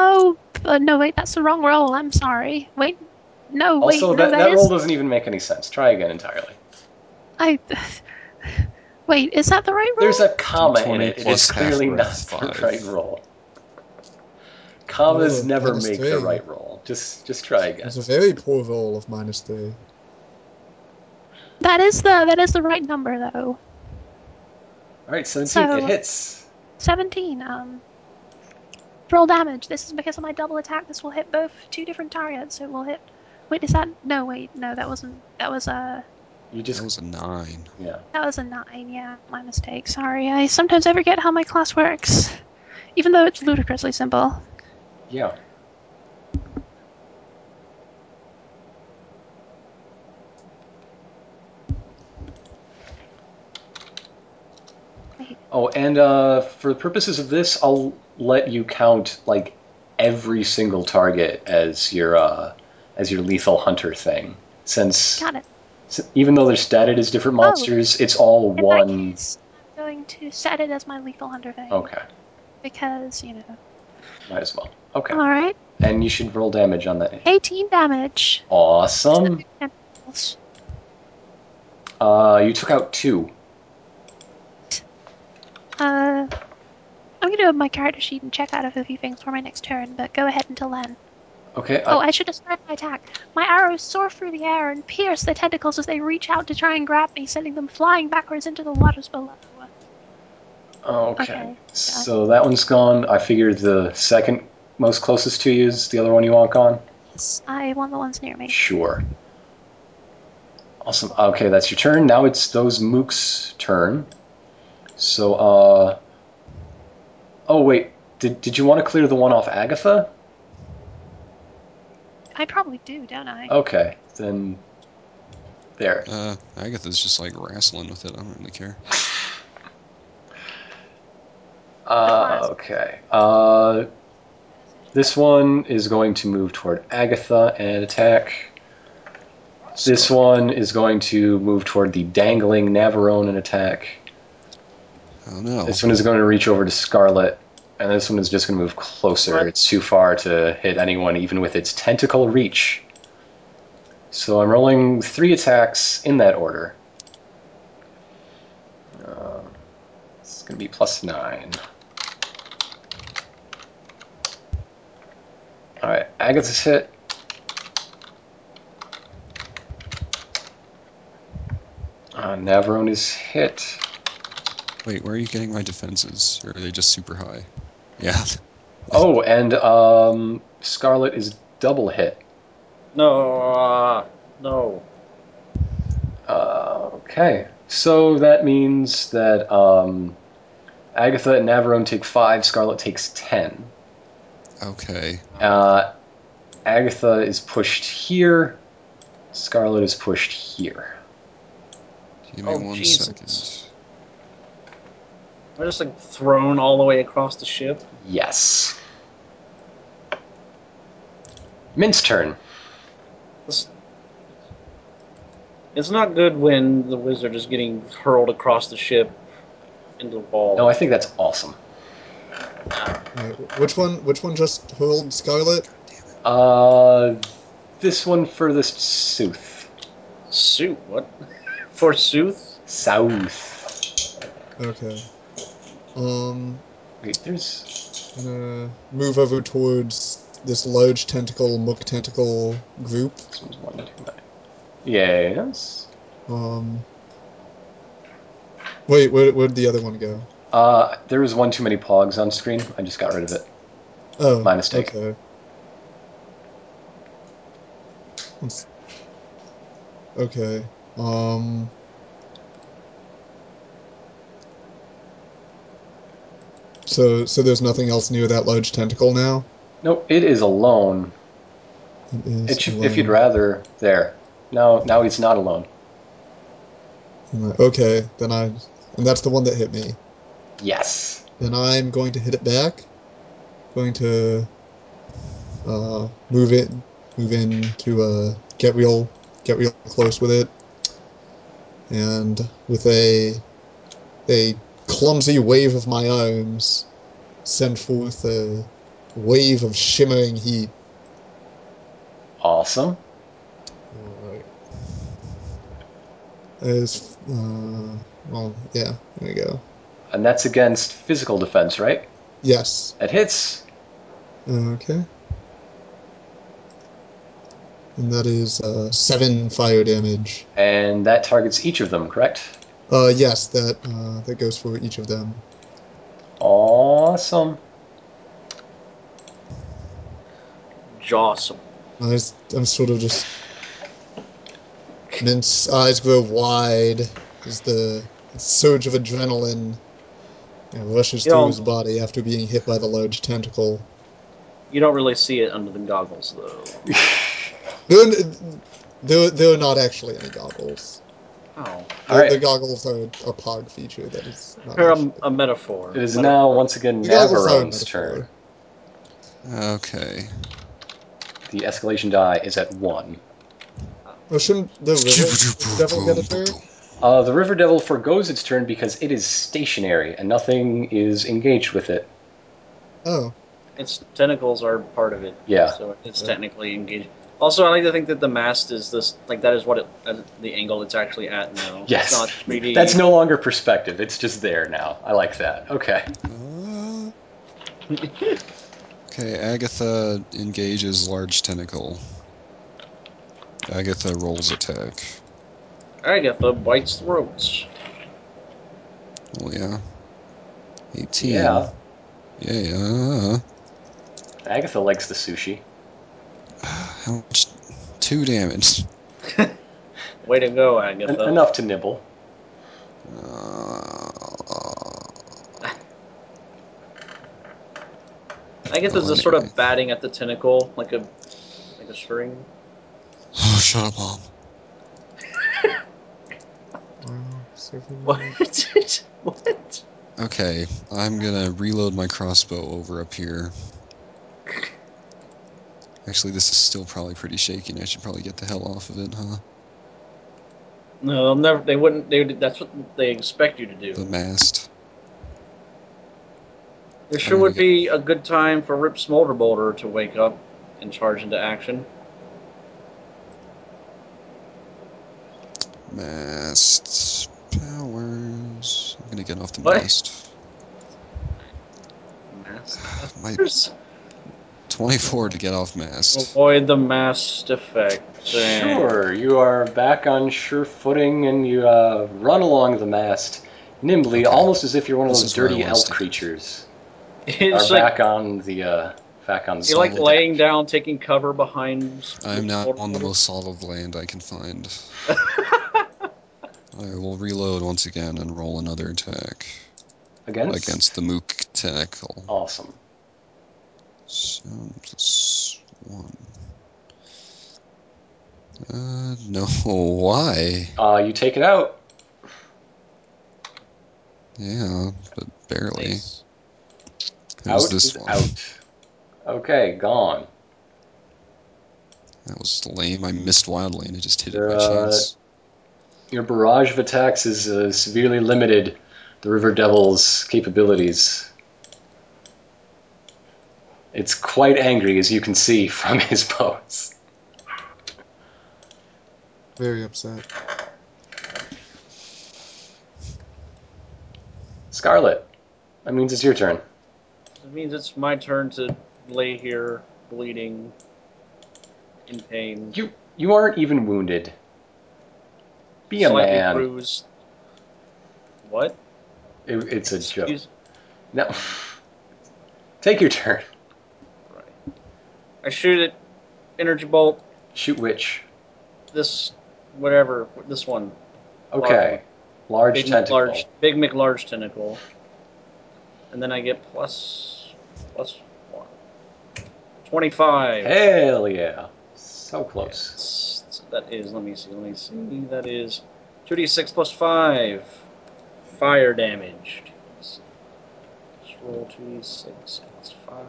Oh, no, wait, that's the wrong roll. I'm sorry. Wait, no, wait, Also, no, that, that that is- roll doesn't even make any sense. Try again entirely. I. Wait, is that the right roll? There's a comma in 20 it. It plus is clearly not password the five. right roll. Commas Oh, never minus make three. the right roll. Just just try again. It's a very poor roll of minus three. That is the that is the right number though. All right, 17. So- it hits. Seventeen. Um. Roll damage. This is because of my double attack. This will hit both two different targets. It will hit. Wait, is that no? Wait, no, that wasn't. That was a. You That just was a nine. yeah. That was a nine. Yeah, my mistake. Sorry. I sometimes I forget how my class works, even though it's ludicrously simple. Yeah. Wait. Oh, and uh, for the purposes of this, I'll let you count like every single target as your uh, as your lethal hunter thing, since Got it. Oh. s- even though they're statted as different monsters, it's all In that one. Oh. case, I'm going to set it as my lethal hunter thing Okay, because you know. might as well. Okay, All right, and you should roll damage on that. eighteen damage. Awesome. Tentacles. Uh, you took out two. Uh, I'm gonna open my character sheet and check out a few things for my next turn, but go ahead until then. Okay. oh, I- I should have started my attack. My arrows soar through the air and pierce the tentacles as they reach out to try and grab me, sending them flying backwards into the waters below. okay. okay. So that one's gone. I figure the second most closest to you is the other one you want gone. Yes, I want the ones near me. Sure. Awesome. Okay, that's your turn. Now it's those mooks' turn. So, uh. Oh, wait. Did, did you want to clear the one off Agatha? I probably do, don't Oh, I? Okay, then. There. Uh, Agatha's just like wrestling with it. I don't really care. Uh, okay. Uh, this one is going to move toward Agatha and attack. This one is going to move toward the dangling Navarone and attack. Oh no. This one is going to reach over to Scarlet, and this one is just going to move closer. It's too far to hit anyone, even with its tentacle reach. So I'm rolling three attacks in that order. Uh, it's going to be plus nine. Alright, Agatha's hit. Uh, Navarone is hit. Wait, where are you getting my defenses? Or are they just super high? Yeah. Oh, and um, Scarlet is double hit. No, uh, no. Uh, okay, so that means that um, Agatha and Navarone take five. Scarlet takes ten. Okay. Uh, Agatha is pushed here. Scarlet is pushed here. Give me Oh, one second. Jesus. We're just like thrown all the way across the ship. Yes. Mint's turn. It's, it's not good when the wizard is getting hurled across the ship into the wall. No, I think that's awesome. Right, wh- which one? Which one just hurled Scarlet? Uh, this one furthest south. Suit, what? Forsooth? South. Okay. Um, Wait, there's gonna move over towards this large tentacle, mook tentacle group. This one's one, two, nine. Yes. Um. Wait, where where'd the other one go? Uh, there was one too many pogs on screen. I just got rid of it. Oh, My mistake. Okay. Let's- Okay. Um. So, so there's nothing else near that large tentacle now. No, it is alone. It is It should, if you'd alone. rather, there. No, now he's not alone. Okay, then I, and that's the one that hit me. Yes. Then I'm going to hit it back. Going to uh, move it, move in to uh, get real, get real close with it, and with a a clumsy wave of my arms, send forth a wave of shimmering heat. Awesome. Alright. As, uh, well, yeah, there we go. And that's against physical defense, right? Yes. That hits. Okay. And that is uh, seven fire damage. And that targets each of them, correct? Uh, yes, that uh, that goes for each of them. Awesome. Jawsome. I was, I'm sort of just. Mint's eyes grow wide as the surge of adrenaline you know, rushes You through know- his body after being hit by the large tentacle. You don't really see it under the goggles, though. There, n- there, there are not actually any goggles. Oh. The, All right. the goggles are a pog feature that is. Not Or actually- a, a metaphor. It is Metaphor. now once again The goggles are a Navarone's metaphor. turn. Okay. The escalation die is at one. Oh, shouldn't the river devil get a turn? Uh, the River Devil forgoes its turn because it is stationary and nothing is engaged with it. Oh, Its tentacles are part of it. Yeah. So it's Yeah. technically engaged. Also, I like to think that the mast is this, like, that is what it, uh, the angle it's actually at now. Yes. It's not 3D. That's no longer perspective. It's just there now. I like that. Okay. Uh, okay, Agatha engages large tentacle. Agatha rolls attack. Agatha bites throats. Oh yeah. 18. Yeah. Yeah, yeah. Agatha likes the sushi. How much? Two damage. Way to go, En- Agatha. enough to nibble. Uh, Agatha's just sort of batting at the tentacle, like a, like a string. oh, shut up, Mom. wow. seven- What? what? Okay, I'm gonna reload my crossbow over up here. Actually, this is still probably pretty shaky, and I should probably get the hell off of it, huh? No, they'll never. They wouldn't. They. would- That's what they expect you to do. The mast. There sure would be a good time for Rip Smolderboulder to wake up and charge into action. Mast. Powers. I'm gonna get off the What? mast. Mass. My 24 to get off mast. Avoid the mast effect. and- Sure, you are back on sure footing and you uh, run along the mast nimbly, Okay. almost as if you're one of This those is where I dirty wanna elf stick. creatures. Are It's like back on the uh, back on the you're like solid laying deck. down, taking cover behind. I'm now on the Smolderboulder. most solid land I can find. I will reload once again and roll another attack against. against the mook tentacle. Awesome. So plus one. Uh, no, why? Uh, you take it out. Yeah, but barely. Nice. It was out this is one. out. Okay, gone. That was lame. I missed wildly and I just hit it by Uh, chance. Your barrage of attacks is uh, severely limited. The River Devil's capabilities. It's quite angry, as you can see from his pose. Very upset. Scarlet, that means it's your turn. It means it's my turn to lay here, bleeding, in pain. You you aren't even wounded. Be a slightly man. bruised. What? It, it's a joke. Excuse- No. Take your turn. Right. I shoot it. Energy bolt. Shoot witch. This, whatever. This one. Okay. Large big tentacle. McLarge. Big McLarge tentacle. And then I get plus plus one. Twenty-five. Hell yeah. So close. Yes, that is. Let me see. Let me see. That is two d six plus five. Fire damage. Let's roll two d six plus five.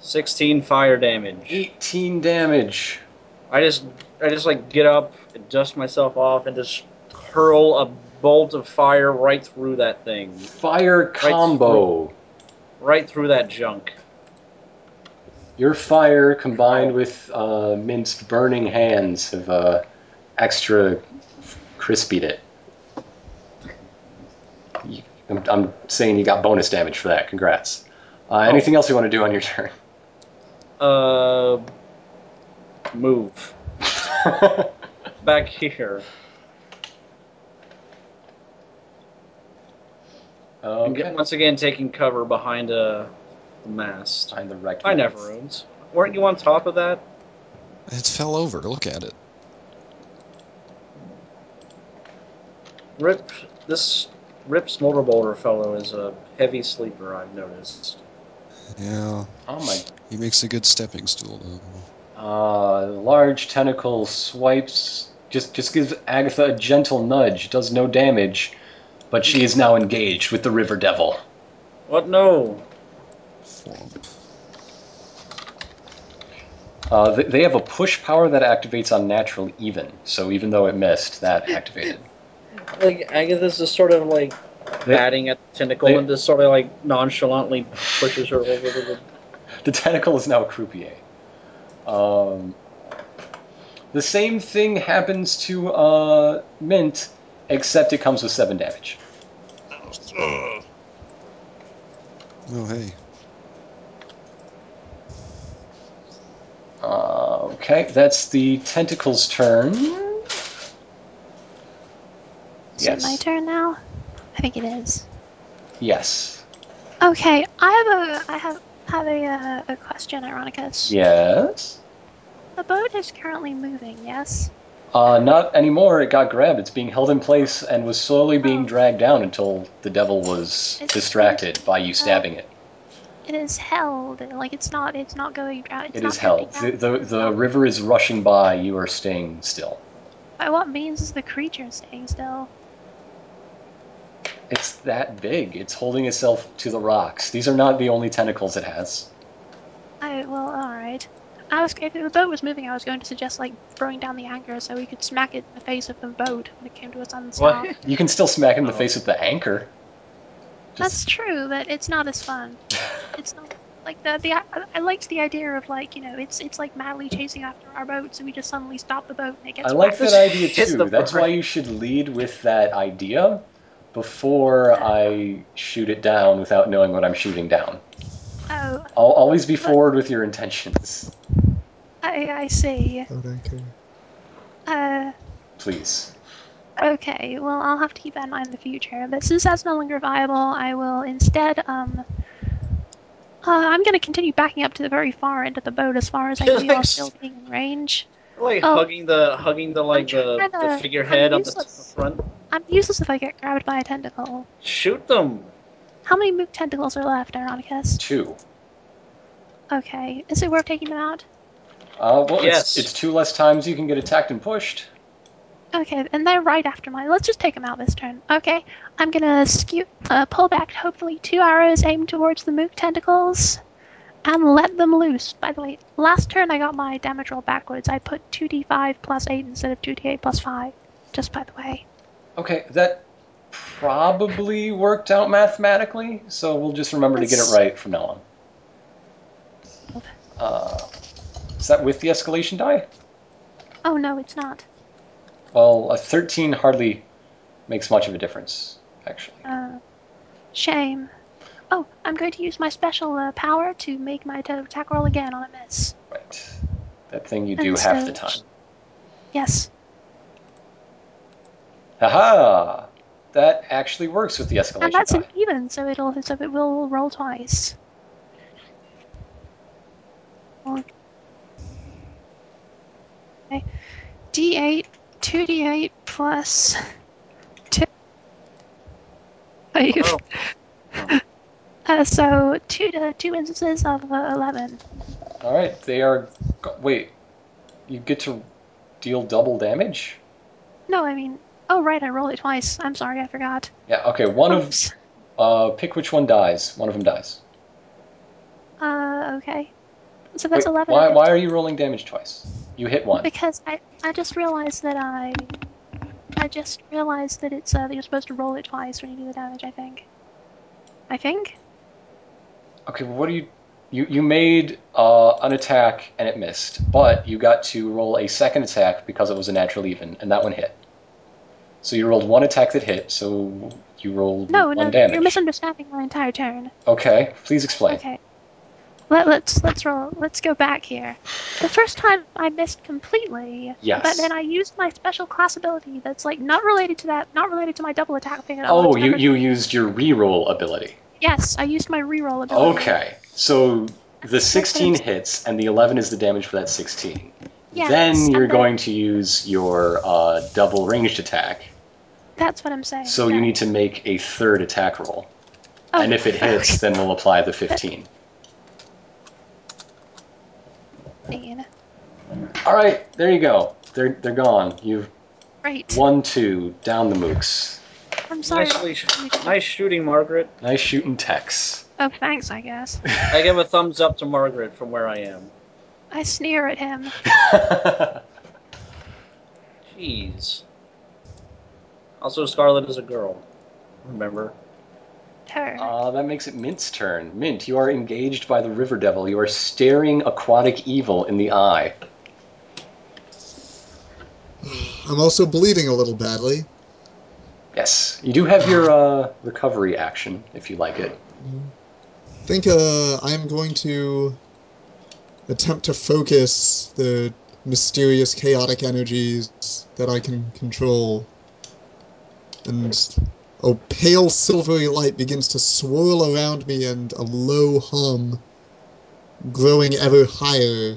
Sixteen fire damage. 18 damage. I just I just like get up and dust myself off and just hurl a bolt of fire right through that thing, Fire combo. right through that junk. Your fire combined with uh, Mint's burning hands have uh, extra crispied it. You- I'm, I'm saying you got bonus damage for that. Congrats. Uh, Anything else you want to do on your turn? Uh, move back here and get, okay. once again taking cover behind a mast. Behind the wrecked. I mast. never owns. Weren't you on top of that? It fell over. Look at it. Rip, this Rip Smolderboulder fellow is a heavy sleeper. I've noticed. Yeah. Oh my He makes a good stepping stool, though. Uh, large tentacle swipes, just just gives Agatha a gentle nudge, does no damage, but she is now engaged with the River Devil. What? No. Flomp. Uh, th- they have a push power that activates on natural even, so even though it missed, that activated. Like Agatha's is sort of like They- batting at the tentacle they- and just sort of like nonchalantly pushes her over to the. the tentacle is now a croupier. Um, the same thing happens to uh, Mint, except it comes with seven damage. Oh, hey. Uh, okay, that's the tentacle's turn. Is it my turn now? I think it is. Yes. Okay, I have a I have have a uh, a question, Ironicus. Yes. The boat is currently moving. Yes. Uh, not anymore. It got grabbed. It's being held in place and was slowly being dragged down until the devil was Oh. It's- Oh, distracted by you stabbing it. It is held. Like it's not. It's not going down. It's It not is held. The, drifting the, down. the river is rushing by. You are staying still. By what means is the creature staying still? It's that big. It's holding itself to the rocks. These are not the only tentacles it has. I well, all right. I was if the boat was moving, I was going to suggest like throwing down the anchor so we could smack it in the face of the boat when it came to a sudden stop. You can still smack it in the Oh. face with the anchor. That's true, but it's not as fun. It's not like the the I, I liked the idea of like you know it's it's like madly chasing after our boat, so we just suddenly stop the boat and it gets. I like whacked. that idea It's too. the That's why perfect- you should lead with that idea before I shoot it down without knowing what I'm shooting down. Oh, I'll always be forward with your intentions, I I see. Don't I care? Uh, please. okay. Well, I'll have to keep that in mind in the future. But since that's no longer viable, I will instead um. Uh, I'm going to continue backing up to the very far end of the boat as far as I can while Yes. still being in range. Like Oh. hugging the hugging the like the, trying the to- figurehead I'm on the t- useless. front. I'm useless if I get grabbed by a tentacle. Shoot them. How many moot tentacles are left, Ironicus? Two. Okay. Is it worth taking them out? Uh, well, Yes. it's, it's two less times you can get attacked and pushed. Okay, and they're right after mine. Let's just take them out this turn. Okay, I'm gonna skew, uh, pull back hopefully two arrows aimed towards the mook tentacles, and let them loose. By the way, last turn I got my damage roll backwards. I put 2d5 plus 8 instead of 2d8 plus 5. Just by the way. Okay, that probably worked out mathematically, so we'll just remember to get it That's- right from now on. Uh, is that with the escalation die? Oh no, it's not. Well, a 13 hardly makes much of a difference, actually. Uh, shame. Oh, I'm going to use my special uh, power to make my te- attack roll again on a miss. Right. That thing you do And half so- the time. Yes. Haha! That actually works with the escalation And that's die. an even, so it'll so it will roll twice. Okay. D8, 2d8 plus 2. Wait. Oh. Uh, so two to two instances of uh, 11. All right, they are. go- Wait, you get to deal double damage? No, I mean, oh right, I rolled it twice. I'm sorry, I forgot. Yeah. Okay. One of Oops. uh, pick which one dies. One of them dies. Uh, okay. So that's Wait, 11. Why? Why are you rolling damage twice? You hit one. Because I, I just realized that I I just realized that it's uh, that you're supposed to roll it twice when you do the damage. I think. I think. Okay. Well, what are you you you made uh, an attack and it missed, but you got to roll a second attack because it was a natural even, and that one hit. So you rolled one attack that hit, so you rolled No, one no, damage. you're misunderstanding my entire turn. okay, please explain. Okay. Let, let's let's roll. Let's go back here. The first time I missed completely, Yes. but then I used my special class ability that's like not related to that, not related to my double attack thing at all. Oh, It's you never- you used your reroll ability. Yes, I used my reroll ability. Okay, so the That's 16 what hits and the 11 is the damage for that 16. Yes, then and you're then- going to use your uh, double ranged attack, That's what I'm saying. so you yeah. need to make a third attack roll. Oh, And if it hits, then we'll apply the 15. fine. All right, there you go. They're they're gone. You've Great. won two down the mooks. I'm sorry. Nicely, sh- nice shooting, Margaret. Nice shooting, Tex. Oh, thanks, I guess. I give a thumbs up to Margaret from where I am. I sneer at him. Uh, Jeez. Also, Scarlet is a girl. Remember? Her. Oh, Uh, that makes it Mint's turn. Mint, you are engaged by the River Devil. You are staring aquatic evil in the eye. I'm also bleeding a little badly. Yes, you do have your uh, recovery action if you like it. I think uh, I'm going to attempt to focus the mysterious chaotic energies that I can control. And a pale silvery light begins to swirl around me, and a low hum, growing ever higher,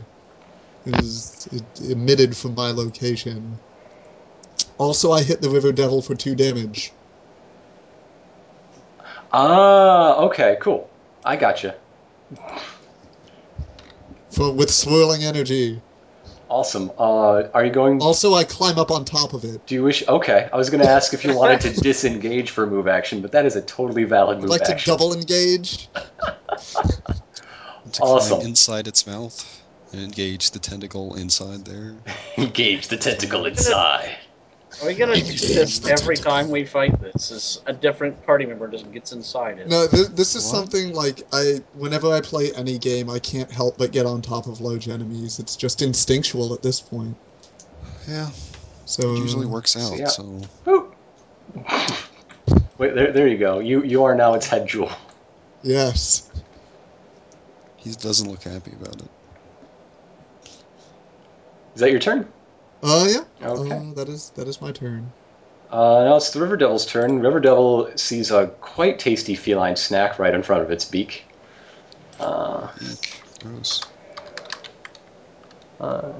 is e-, emitted from my location. Also, I hit the river devil for two damage. Ah, okay, cool. I gotcha. For, with swirling energy. Awesome. Uh, are you going? Also, I climb up on top of it. Do you wish? Okay, I was going to ask if you wanted to disengage for move action, but that is a totally valid I'd move like to action. double engage. To climb Awesome. inside its mouth and engage the tentacle inside there. Engage the tentacle inside. Are we gonna do this every time we fight this? Is a different party member just gets inside it? No, th- this is What? something like I. Whenever I play any game, I can't help but get on top of large enemies. It's just instinctual at this point. Yeah, So it Uh, usually works out. yeah. So Woo. Wait, there, there you go. You you are now its head jewel. Yes. he doesn't look happy about it. Is that your turn? Uh, yeah. Okay. Uh, that is that is my turn. Uh, now it's the River Devil's turn. River Devil sees a quite tasty feline snack right in front of its beak. Uh, Eek, gross. uh,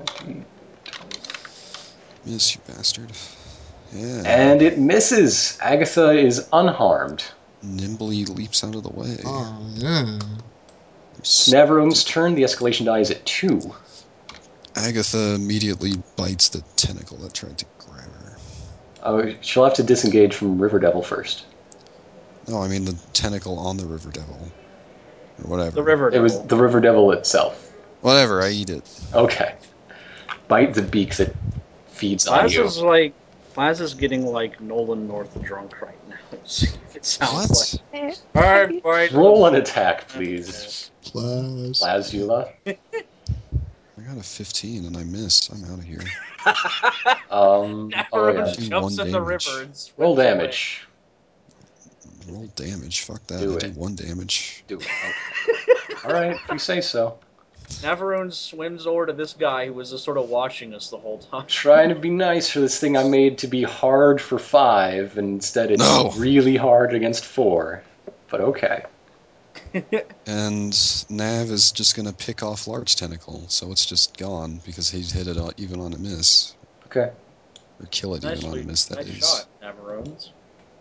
Miss you bastard. Yeah. and it misses. Agatha is unharmed. Nimbly leaps out of the way. Oh yeah. S- Navarrone's turn. The escalation die is at two. Agatha immediately bites the tentacle that tried to grab her. Uh, she'll have to disengage from River Devil first. No, I mean the tentacle on the river devil. Or whatever. The river. It was devil. the River Devil itself. Whatever, I eat it. Okay. Bite the beak that feeds on Laz you. is like Laz is getting like Nolan North drunk right now. it Oh, sounds What? There. like. All right, all right. Roll an attack, please. Plus. Lazula. I got a 15 and I missed. I'm out of here. Um, oh, Everyone yeah. Do jumps one in the damage. river and swims Roll away. damage. Roll damage. Fuck that. Do I it. did one damage. Do it. Okay. All right, if you say so. Navarone swims over to this guy who was just sort of watching us the whole time. Trying to be nice for this thing I made to be hard for five, and instead it's No. really hard against four. But okay. And Nav is just gonna pick off large tentacle, so it's just gone because he hit it on, even on a miss, Okay. or kill it even on a Nicely, miss. That nice is. shot, Navarones.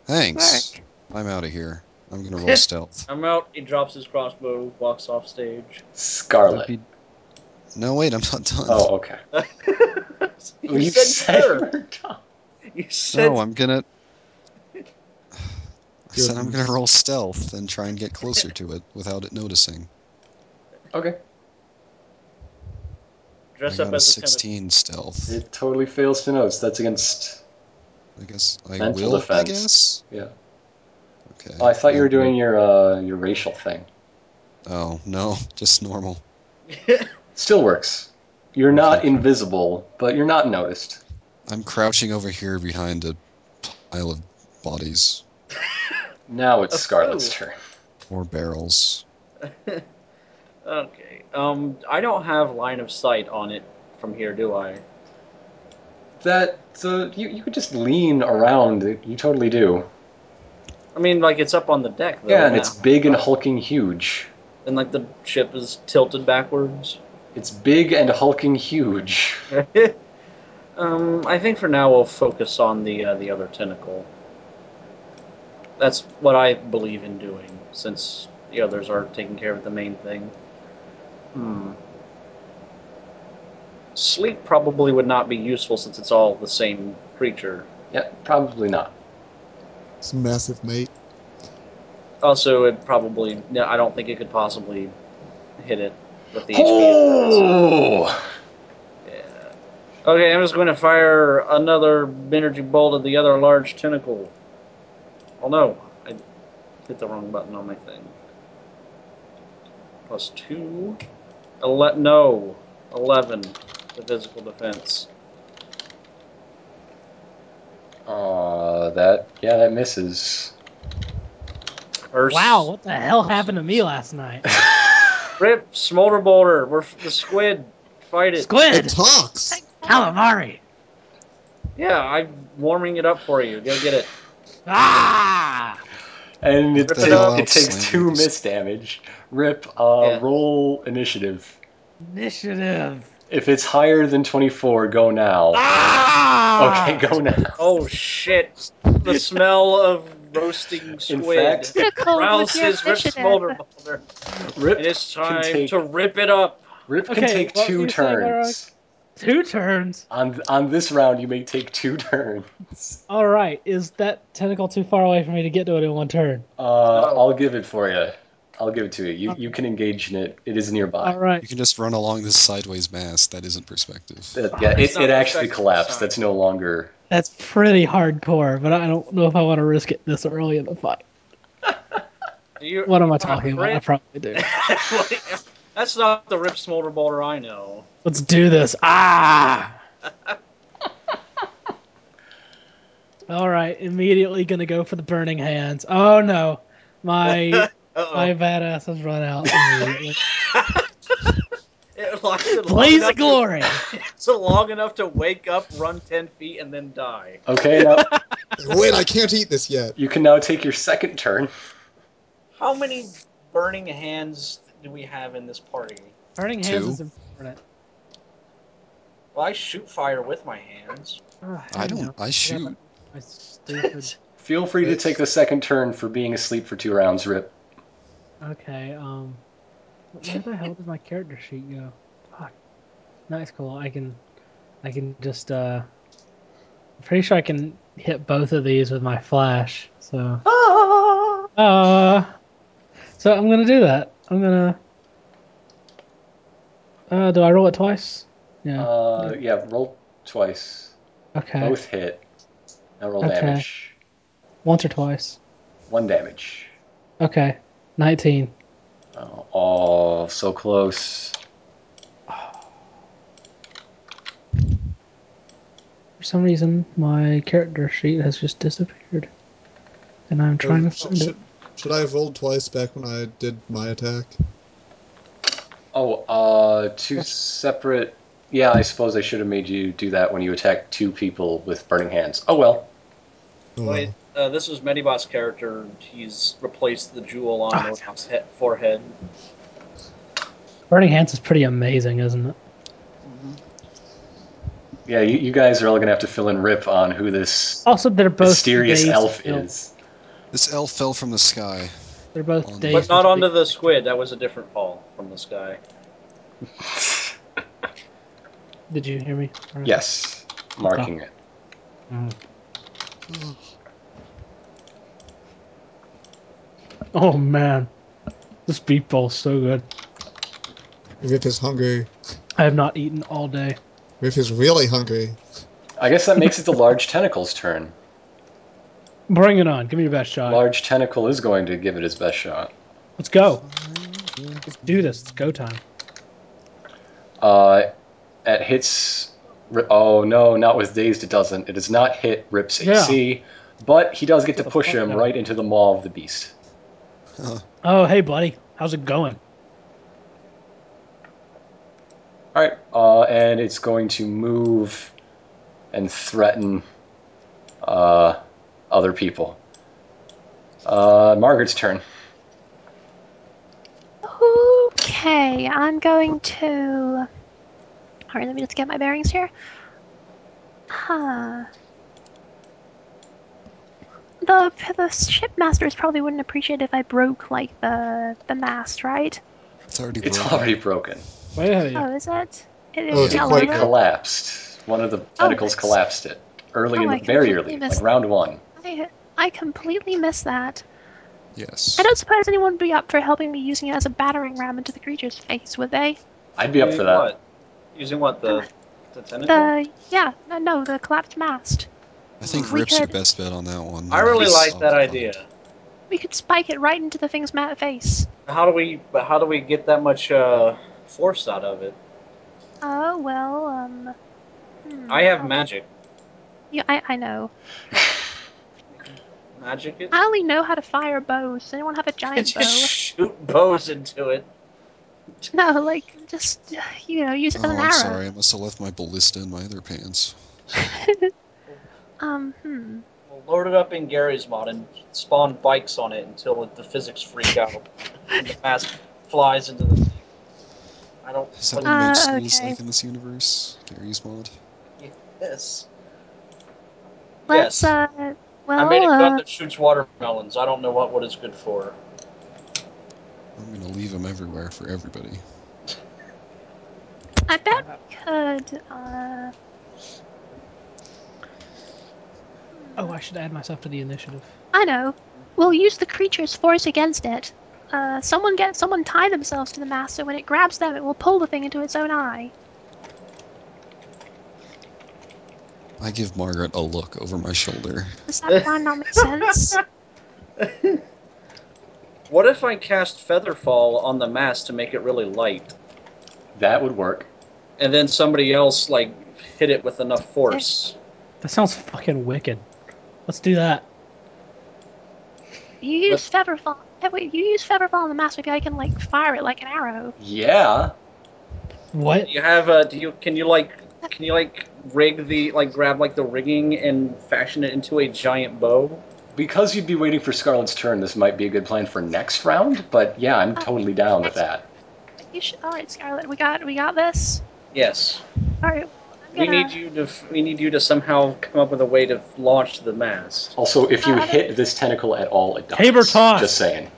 Thanks. I'm out of here. I'm gonna roll stealth. I'm out. He drops his crossbow, walks off stage. Scarlet. No, wait, I'm not done. Oh, okay. you, you said said sure. you're done. You said no, I'm gonna. I said I'm Goodness. gonna roll stealth and try and get closer to it without it noticing. Okay. dress I up got a as a tennis. 16 stealth. It totally fails to notice. That's against. I guess I Mental will. I defense. guess. Yeah. Okay. Oh, I thought you were doing your uh, your racial thing. Oh, no, just normal. Still works. You're not invisible, but you're not noticed. I'm crouching over here behind a pile of bodies Now it's Oh. Scarlet's turn. or barrels. okay. Um, I don't have line of sight on it from here, do I? That so you you could just lean around. You totally do. I mean, like it's up on the deck. Though, Yeah, and now. it's big and hulking huge. and like the ship is tilted backwards. It's big and hulking huge. um, I think for now we'll focus on the uh, the other tentacle. That's what I believe in doing, since the others are taking care of the main thing. Hmm. Sleep probably would not be useful since it's all the same creature. Yeah, probably not. It's massive, mate. Also, it probably no, I don't think it could possibly hit it with the HP. it has. Oh! Okay, I'm just going to fire another energy bolt at the other large tentacle. Oh no, I hit the wrong button on my thing. Plus two. Ele- no, 11. The physical defense. Uh, that yeah, that misses. Curse. Wow, what the hell happened to me last night? Rip, Smolder Boulder, we're f- the squid. Fight it. It Squid! talks. Calamari! Yeah, I'm warming it up for you. Go get it. Ah! And it, Rip takes it up. it takes two Slammies. miss damage. Rip. Uh, Yeah. roll initiative. Initiative! If it's higher than twenty four, go now. Ah! Okay, go now. Oh shit. The smell of roasting In squid. fact, Critical with your Rouses Rip Smolder initiative. Boulder. It Rip is can time take- to rip it up. Rip can Okay, take what were two you saying, turns. Two turns. On on this round, you may take two turns. All right, is that tentacle too far away for me to get to it in one turn? Uh, Oh. I'll give it for you. I'll give it to you. You you can engage in it. It is nearby. All right. You can just run along this sideways mass. That isn't perspective. Uh, yeah, It's it, not it actually effective, collapsed. sorry. That's no longer. That's pretty hardcore, but I don't know if I want to risk it this early in the fight. Do you- What am I uh, talking about? I Rip- probably do. That's not the Rip Smolder Boulder I know. Let's do this. Ah! All right, immediately gonna go for the burning hands. Oh no, my Uh-oh. Oh. my badass has run out. immediately. It lasted long Blaze enough of glory. To, so long enough to wake up, run 10 feet, and then die. Okay, now Wait, I can't eat this yet. you can now take your second turn. How many burning hands do we have in this party? Burning hands Two. is important. Well, I shoot fire with my hands. Ah, I don't. know. I shoot. My stupid. Feel free to take the second turn for being asleep for two rounds, Rip. Okay. Um, where the hell did my character sheet go? Fuck. Nice, cool. I can, I can just. uh I'm pretty sure I can hit both of these with my flash. So. Uh, so I'm gonna do that. I'm gonna. Uh, do I roll it twice? Yeah. Uh, yeah, roll twice. okay. Both hit. Now roll Okay. damage. Once or twice. One damage. Okay. Nineteen. Oh, oh, so close. For some reason, my character sheet has just disappeared, and I'm trying to find it. Oh, should, should I have rolled twice back when I did my attack? Oh, uh, two separate. Yeah, I suppose I should have made you do that when you attack two people with burning hands. Oh well. Oh, Wait, well. uh, this was Medibot's character. and He's replaced the jewel on Ah, Orlok's he- forehead. Burning Hands is pretty amazing, isn't it? Yeah, you, you guys are all gonna have to fill in Rip on who this Also, they're Oh, both mysterious dazed elf built- is. This elf fell from the sky. They're But both But dazed. not with onto big- the squid. That was a different fall from the sky. Did you hear me? All right. Yes, marking Oh. it. Mm. Oh man, this beef ball's so good. Rip is hungry. I have not eaten all day. Rip is really hungry. I guess that makes it the large tentacle's turn. Bring it on. Give me your best shot. Large tentacle is going to give it his best shot. Let's go. Let's do this. It's go time. Uh, at hits. ri- Oh no, not with dazed. It doesn't. It does not hit Rip's Yeah. AC, but he does get to the push fuck him no. right into the maw of the beast. Oh, hey, buddy. How's it going? All right, uh, and it's going to move and threaten uh, other people. Uh, Margaret's turn. Okay, I'm going to. Alright, let me just get my bearings here. Huh. The, the shipmasters probably wouldn't appreciate if I broke, like, the, the mast, right? It's already It's broken. already broken. Way ahead of you. Oh, is it? It Oh, is it's It, a fell quite it over? collapsed. One of the tentacles nice. collapsed it early Oh, in I the very completely early, like missed round one. I, I completely missed that. Yes. I don't suppose anyone would be up for helping me using it as a battering ram into the creature's face, would they? I'd be up for Using that. What? Using what? The, the tentacle? The yeah, no, no, the collapsed mast. I think We Rip's your could- best bet on that one. Oh, I really He's like that solid on idea. it. We could spike it right into the thing's mat face. How do we? But how do we get that much uh, force out of it? Oh well, um. hmm, I have I'll- magic. Yeah, I, I know. Magic it. I only know how to fire bows. Does anyone have a I giant bow? just shoot bows into it. No, like just you know, use it as Oh, an I'm arrow. sorry. I must have left my ballista in my other pants. Um, hmm. We'll load it up in Gary's mod and spawn bikes on it until the physics freak out and the mask flies into the. I don't. Is that What what Uh, most schools okay. like in this universe? Gary's mod. this? Let's Yes. uh. Well, I made a gun uh, that shoots watermelons. I don't know what what it's good for. I'm gonna leave him everywhere for everybody. uh, I bet we could. Uh, Oh, I should add myself to the initiative. I know. We'll use the creature's force against it. Uh, someone get someone tie themselves to the mast, so when it grabs them, it will pull the thing into its own eye. I give Margaret a look over my shoulder. Does that plan not make sense? What if I cast Featherfall on the mask to make it really light, That would work. and then somebody else like hit it with enough force? That sounds fucking wicked. Let's do that. You use featherfall. eh, Wait, you use featherfall on the mast. Maybe I can like fire it like an arrow. Yeah. What? Do you have a? Do you can you like can you like rig the like grab like the rigging and fashion it into a giant bow? Because you'd be waiting for Scarlet's turn, this might be a good plan for next round, but yeah, Uh, I'm totally down with that. You should. All right, Scarlet, we got we got this. Yes. All right, I'm We gonna. need you to. We need you to somehow come up with a way to launch the mast. Also, if you Uh, hit this tentacle at all, it dies. Saber toss. Just saying.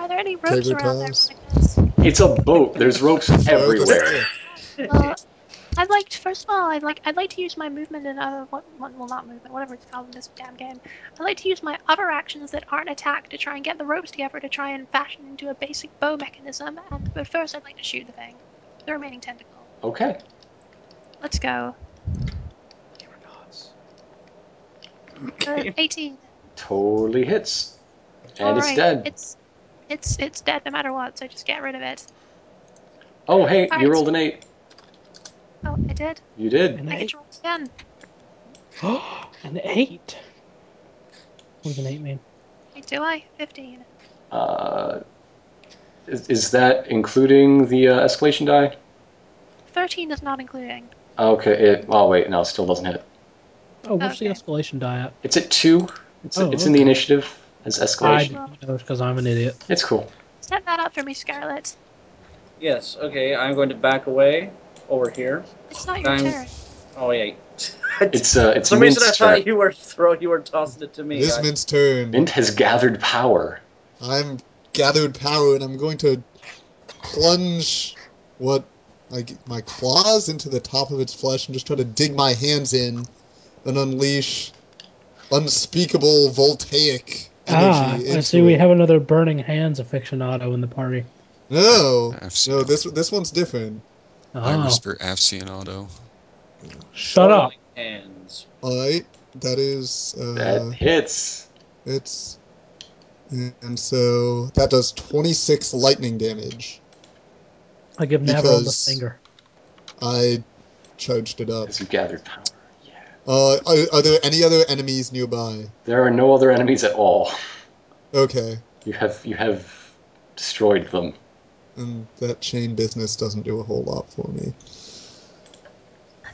Are there any ropes Saber around there? toss. Marcus? It's a boat. There's ropes everywhere. Well, I'd like to, first of all, I'd like I'd like to use my movement and other what, what well not movement, whatever it's called in this damn game. I'd like to use my other actions that aren't attack to try and get the ropes together to try and fashion into a basic bow mechanism. And but first, I'd like to shoot the thing, the remaining tentacle. Okay. Let's go. Uh, Okay. 18. Totally hits. And All it's right. dead. It's it's it's dead no matter what. So just get rid of it. oh, hey, All you right. rolled an 8. Oh, I did. You did. An I get eight. to roll again. An eight. What does an eight mean? Wait, Do I? 15. Uh, is, is that including the uh, escalation die? 13 is not including. Okay, it. Oh, wait, no, it still doesn't hit. Oh, where's the Okay. escalation die at? It's at 2. It's, Oh, it's in the okay. initiative as I escalation. didn't know because I'm an idiot. It's cool. Set that up for me, Scarlet. Yes. Okay. I'm going to back away over here. It's not your I'm- turn. Oh yeah. It's uh, it's For some reason, I Mint's turn. thought you were throw. You were tossing it to It me. is I- Mint's turn. Mint has gathered power. I'm gathered power and I'm going to plunge what I g my claws into the top of its flesh and just try to dig my hands in and unleash unspeakable voltaic energy Ah, I into see. We it. have another burning hands aficionado in the party. no, Oh, no. Afsian- This this one's different. I Oh, whisper Afsianado. shut up! Hands. Mm-hmm. All right, that is uh, That hits. it's And so that does 26 lightning damage. I give Navarro the Because- finger. I charged it up. As you gathered power. Yeah. Uh, are, are there any other enemies nearby? There are no other enemies at all. Okay. You have you have destroyed them. And that chain business doesn't do a whole lot for me.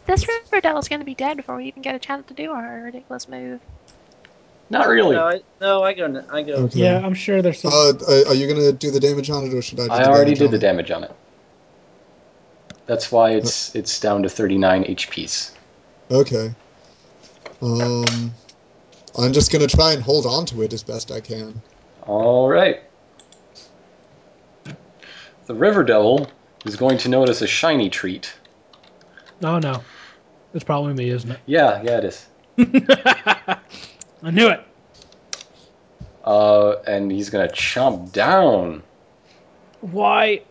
This Riverdale is going to be dead before we even get a chance to do our ridiculous move. Not really. No, I, no, I go. n- I go. Okay. Yeah, I'm sure there's some. Uh, are- are you gonna do the damage on it, or should I? Do I the already damage did on the it? damage on it. That's why it's it's down to 39 HPs. Okay. Um, I'm just gonna try and hold on to it as best I can. All right. The River Devil is going to notice a shiny treat. oh no, it's probably me, isn't it? Yeah, yeah, it is. I knew it. Uh, and he's gonna chomp down, Why?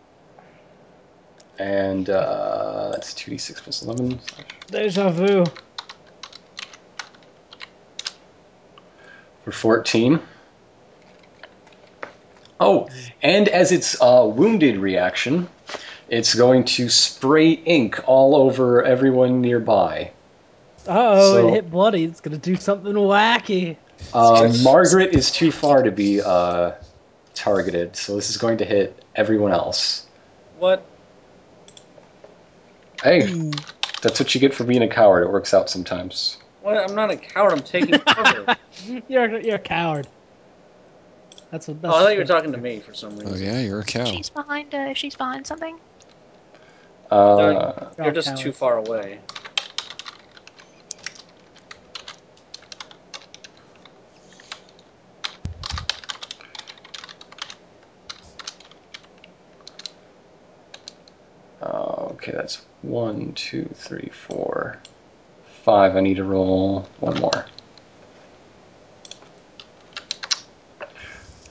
and uh, that's 2d6 plus 11. Deja vu. for 14. Oh, and as its uh, wounded reaction, it's going to spray ink all over everyone nearby. Uh oh, So- it hit bloody. It's gonna do something wacky. Uh, Margaret is too far to be uh, targeted, so this is going to hit everyone else. What? Hey, that's what you get for being a coward. It works out sometimes. What? I'm not a coward. I'm taking cover. oh, You're you're a coward. That's what. Oh, I That's thought you were talking to me for some Oh reason. yeah, you're a cow. She's behind. Uh, she's behind something. Uh, You're just too far away. uh, okay, that's one, two, three, four, five. I need to roll one more.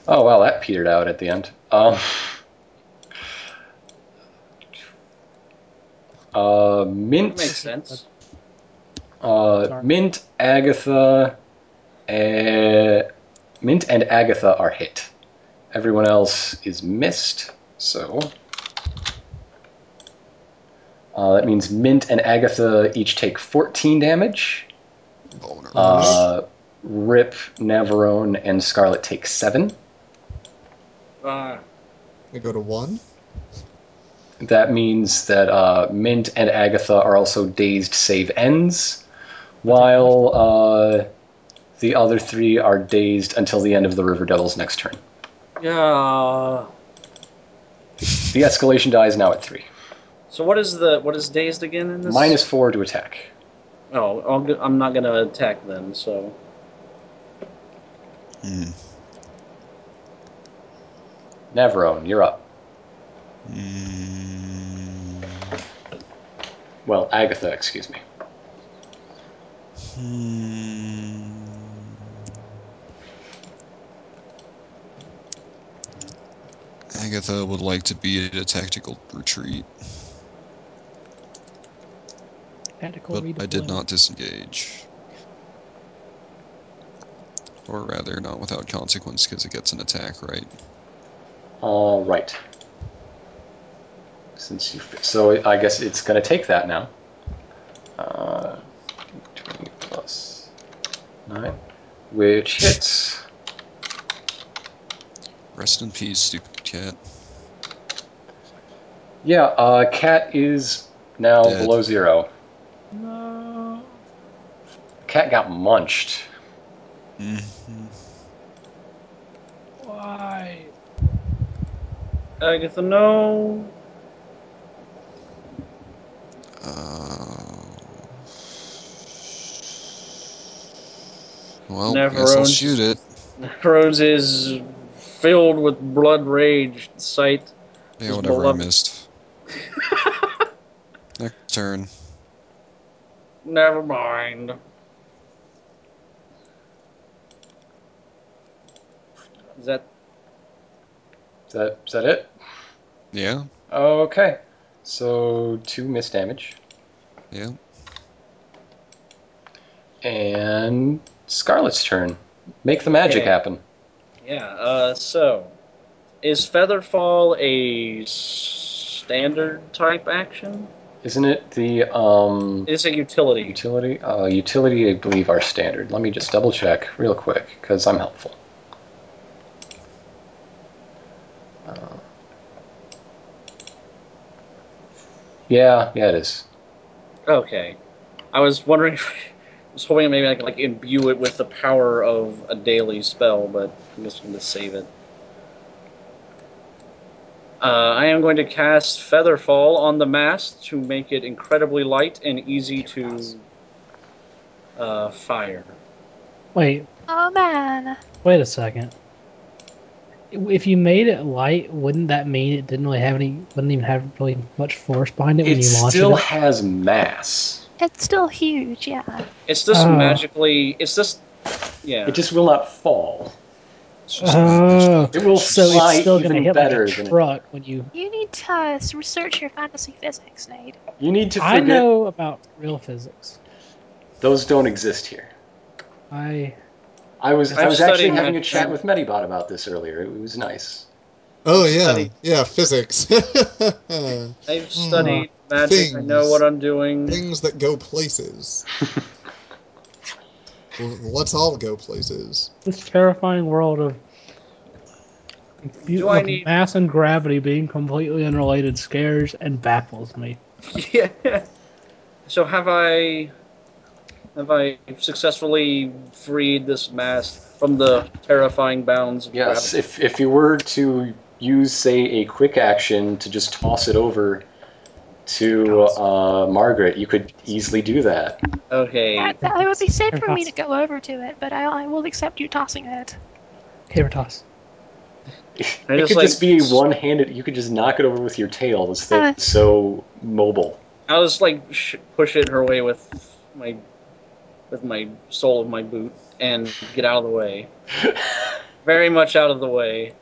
Oh wow, that petered out at the end. Um, uh, That mint. makes sense. Uh, Sorry. Mint, Agatha, uh, Mint and Agatha are hit. Everyone else is missed. So uh, that means Mint and Agatha each take 14 damage. Boner. Uh, Rip, Navarone, and Scarlet take seven. Ah, I go to one. That means that uh, Mint and Agatha are also dazed save ends, while uh, the other three are dazed until the end of the River Devil's next turn. yeah. The escalation die is now at three. So what is the what is dazed again in this? Minus four to attack. Oh, I'll go- I'm not gonna attack them. So Mm. Navarone, you're up. Mm. Well, Agatha, excuse me. Hmm. Agatha would like to be at a tactical retreat, Tactical but I did redeployment. not disengage. Or rather, not without consequence because it gets an attack, right? All right. Since you, so I guess it's going to take that now. Uh, 20 plus nine, which hits. Rest in peace, stupid cat. Yeah, uh, cat is now Dead. below zero. No. Cat got munched. hmm Why? Agatha, no. Uh, well, Never guess I'll owned. shoot it. Rose is filled with blood rage. Sight. Yeah, Just whatever beloved. I missed. Next turn. Never mind. Is that Is that, is that it? Yeah, Okay. So, two missed damage. yeah. And Scarlet's turn. Make the magic Okay. happen. Yeah. Uh, so, is Featherfall a standard type action? Isn't it the um, Is it utility? utility? Uh, utility, I believe, are standard. Let me just double check real quick because I'm helpful. Uh, yeah, yeah, it is. Okay. I was wondering. I was hoping maybe I could like imbue it with the power of a daily spell, but I'm just going to save it. Uh, I am going to cast Featherfall on the mast to make it incredibly light and easy to uh, fire. Wait, Oh man. wait a second. If you made it light, wouldn't that mean it didn't really have any? Wouldn't even have really much force behind it when It you launched still it? has mass. It's still huge, yeah. It's just Oh. magically. It's just. Yeah. It just will not fall. It's Uh, just Oh, It will so fly it's still gonna even hit like better a than it- truck when you. You need to uh, s- research your fantasy physics, Nate. You need to I forget know about real physics. those don't exist here. I I was I I've was actually studied having a that chat thing. with Medibot about this earlier. It was nice. Oh You've yeah, studied- yeah, physics. I've Hmm. studied magic. I know Things. what I'm doing. Things that go places. Well, Let's all go places. this terrifying world of Do I of need- mass and gravity being completely unrelated scares and baffles me. Yeah. So have I have I successfully freed this mast from the terrifying bounds of Yes, gravity? if if you were to use say a quick action to just toss it over to uh, Margaret, you could easily do that. Okay. That, that it would be safe for me Fantastic. to go over to it, but I, I will accept you tossing it. Caber toss. I it just, could just like, be one-handed. You could just knock it over with your tail. This thing Uh. is so mobile. I'll just like sh- push it her way with my with my sole of my boot and get out of the way. Very much out of the way.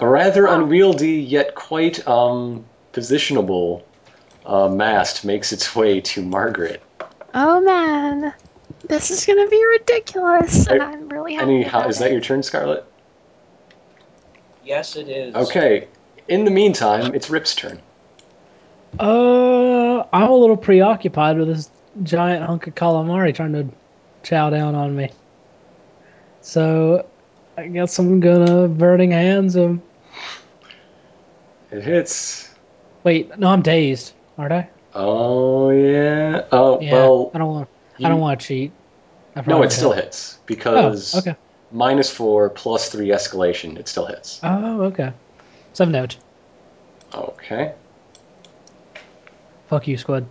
A rather unwieldy yet quite um, positionable uh, mast makes its way to Margaret. Oh man. This is gonna be ridiculous, and Are- I'm really happy. Anyhow, about is that it. your turn, Scarlet? Yes, it is. Okay. In the meantime, it's Rip's turn. Uh, I'm a little preoccupied with this giant hunk of calamari trying to chow down on me. So, I guess I'm gonna burning hands him. It hits. Wait, no, I'm dazed, aren't I? Oh yeah. Oh Yeah, well. I don't want. you- I don't want to cheat. I No, probably it still don't. hits because Oh, okay. minus four plus three escalation. It still hits. Oh, okay. Seven damage. Okay. Fuck you, squad.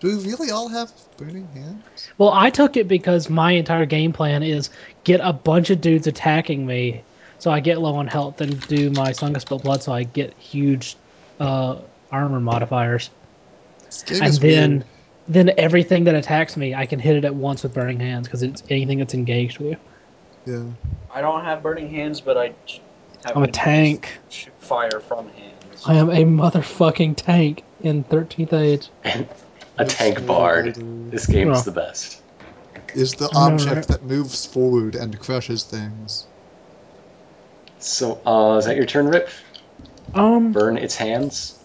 Do we really all have burning hands? Well, I took it because my entire game plan is get a bunch of dudes attacking me, so I get low on health, and do my Song of Spilt Blood, so I get huge uh, armor modifiers, This game and is then weird. then everything that attacks me, I can hit it at once with burning hands because it's anything that's engaged with. you. Yeah. I don't have burning hands, but I j- have I'm a tank. Shoot fire from hands. I am a motherfucking tank in 13th age. And a Let's see tank what bard. we do. This game's Oh. the best. Is the I know, object right? that moves forward and crushes things. So, uh, is that your turn, Rip? Um, Burn its hands.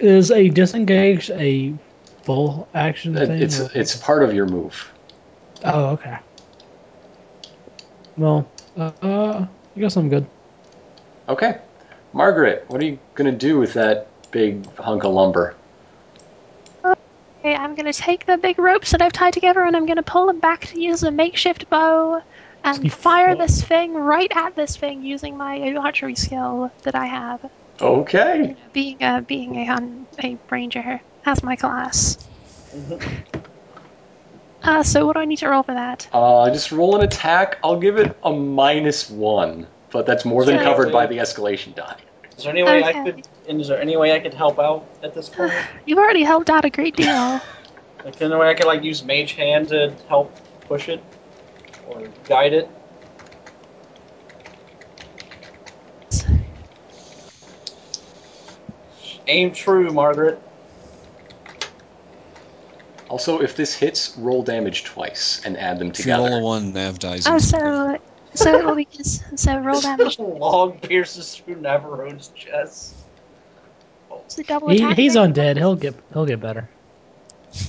is a disengage a full action It- thing? It's or- it's part of your move. Oh, okay. Well, uh, uh, I guess I'm good. Okay. Margaret, what are you gonna do with that big hunk of lumber? Okay, I'm gonna take the big ropes that I've tied together and I'm gonna pull them back to use a makeshift bow You and fire fuck. this thing right at this thing using my archery skill that I have. Okay. Being a being a hun- a ranger as my class. Mm-hmm. Uh, so what do I need to roll for that? Uh, just roll an attack. I'll give it a minus one, but that's more than Okay. covered by the escalation die. Is there any way I Okay. could? And is there any way I could help out at this point? You've already helped out a great deal. Like, is there any way I could like use Mage Hand to help push it or guide it? Aim true, Margaret. Also, if this hits, roll damage twice and add them If you roll a together. one, Nav dies. Oh, instantly. so so it will be just, so roll damage. Long pierces through Navarone's chest. It's a double He, attack. he's thing. undead. He'll get he'll get better.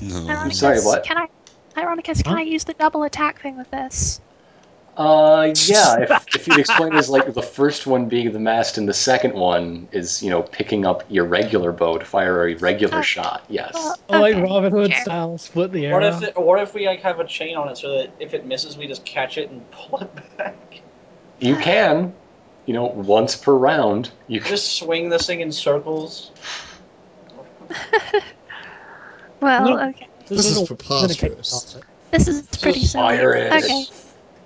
No. Ironicus, Sorry, what? Can I, Ironicus, can Huh? I use the double attack thing with this? Uh, yeah. If, if you'd explain as like the first one being the mast and the second one is you know picking up your regular bow to fire a regular Oh. shot. Yes. Well, Oh, like okay. Robin Hood Sure. style, split the What arrow. if it, what if we like have a chain on it so that if it misses, we just catch it and pull it back? You can, you know, once per round. You can. Just swing this thing in circles. Well, No. okay. This is a- preposterous. This is pretty Just silly. fire it. Okay,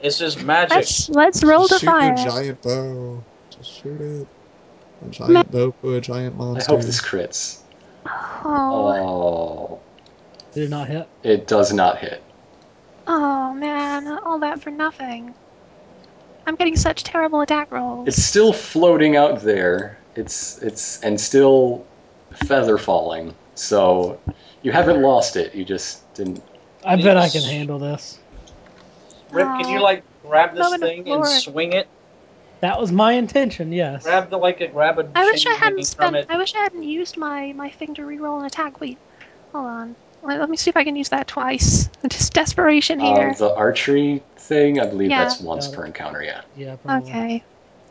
It's just magic. let's let's roll to Just shoot fire. a giant bow. Just shoot it. A giant bow for a giant I monster. hope this crits. Oh, Oh, Did it not hit? it does not hit. oh man, all that for nothing. I'm getting such terrible attack rolls. It's still floating out there. It's it's and still feather falling. So you haven't lost it. You just didn't. I bet I Yes. can handle this. Rip, can you like grab this Moment of thing and glory. swing it? That was my intention. Yes. Grab the like a grab a I wish chain I hadn't hanging from spent. it. I wish I hadn't used my my thing to reroll an attack. Wait, hold on. Let, let me see if I can use that twice. Just desperation Uh, here. the archery thing, I believe Yeah. that's once Got it. per encounter. Yeah. Yeah. Probably. okay.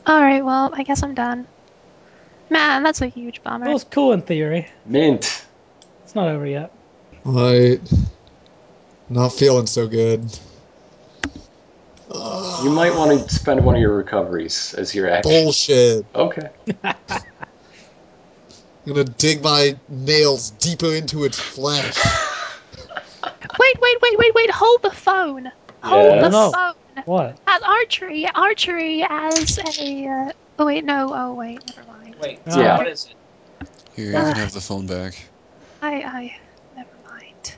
All right. Well, I guess I'm done. Man, that's a huge That bummer. was cool in theory. Mint. It's not over yet. Alright. Not feeling so good. Ah, You might want to spend one of your recoveries as your action. bullshit. Okay. I'm gonna dig my nails deeper into its flesh. Wait, wait, wait, wait, wait. Hold the phone. Hold Yes. the No. phone. What? At archery, archery as a. Uh, oh wait, no. Oh wait, never mind. Wait, Yeah. yeah. what is it? Here, you can have the phone back. I, I, never mind.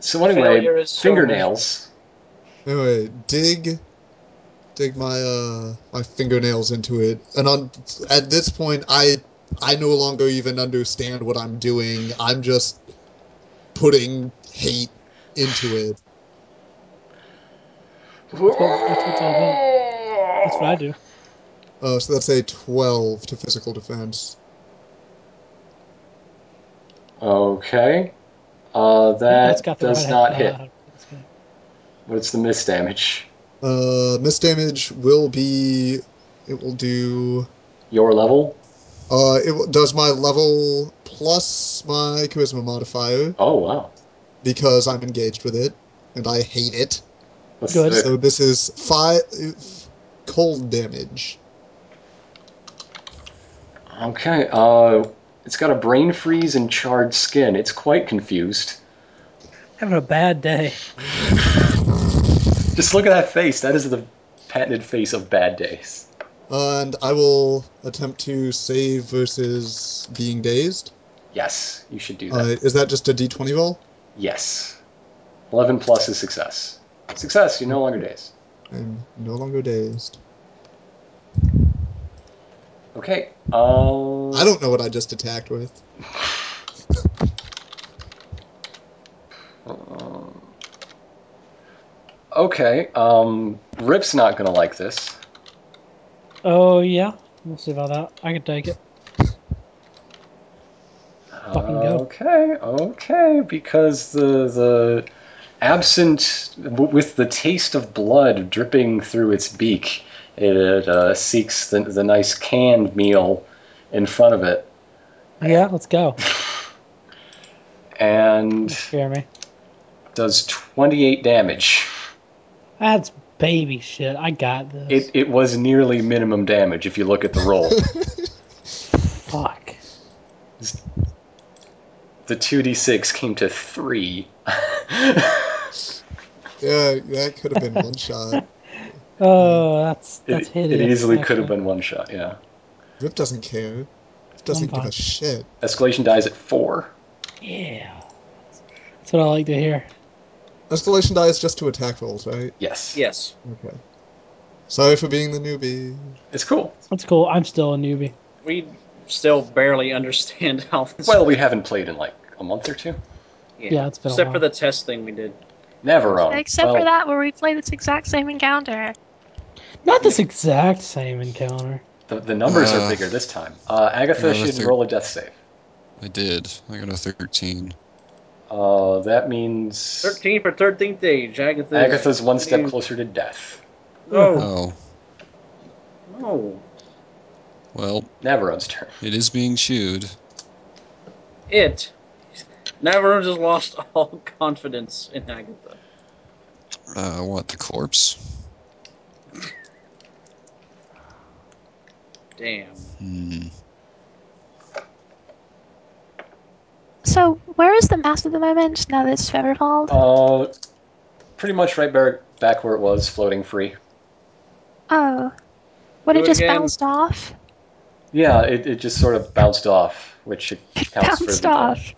So anyway, Failure is so fingernails. Anyway, dig, dig my uh my fingernails into it, and on at this point, I I no longer even understand what I'm doing. I'm just putting hate into it. That's what, that's what it's all about. That's what I do. Uh, so that's a twelve to physical defense. Okay. Uh, that That's got the does right not uh, hit. that's good. What's the miss damage? Uh, miss damage will be. It will do. Your level? Uh, it will- does my level plus my charisma modifier Oh wow. because I'm engaged with it, and I hate it. That's Good. the- So this is five cold damage. Okay. Uh, it's got a brain freeze and charred skin. It's quite confused. Having a bad day. Just look at that face. That is the patented face of bad days. And I will attempt to save versus being dazed. Yes, you should do that. Uh, is that just a d20 roll? yes. Eleven plus is success. Success. You're no longer dazed. I'm no longer dazed. Okay. Uh, I don't know what I just attacked with. Um, okay, um, Rip's not gonna like this. Oh yeah. We'll see about that. I can take it. Fucking go. Okay, okay, because the the absent w- with the taste of blood dripping through its beak, it uh, seeks the the nice canned meal in front of it, Yeah. Let's go. and Don't scare me. does twenty eight damage. That's baby shit. I got this. It it was nearly minimum damage if you look at the roll. Fuck. the two d six came to three. Yeah, that could have been one shot. Oh, that's that's Mm. It, it hideous. easily could have actually. been one shot, yeah. Rip doesn't care. Rip doesn't give a fine. shit. Escalation dies at four. Yeah. That's what I like to hear. Escalation die is just to attack rolls, right? Yes. Yes. Okay. Sorry for being the newbie. It's cool. That's cool. I'm still a newbie. We still barely understand how this Well, we haven't played in like a month or two? Yeah, it's been a Except for while. the test thing we did. Never wrong. Except for Well, that, where we play this exact same encounter. Not this exact same encounter. The, the numbers Uh, are bigger this time. Uh, Agatha another should thir- roll a death save. I did. I got a 13. Uh, that means 13 for 13th age. Agatha. Agatha's one step Mm. closer to death. Oh, No, no. well, Navarrone's turn. it is being chewed. It. Navarone just lost all confidence in Agatha. Uh, what, the corpse? Damn. Hmm. So, where is the mast at the moment, now that it's featherfalled? Uh, pretty much right back, back where it was, floating free. Oh. What, Do it it just again. bounced off? Yeah, it, it just sort of bounced off, which it It counts for bounced the off. damage.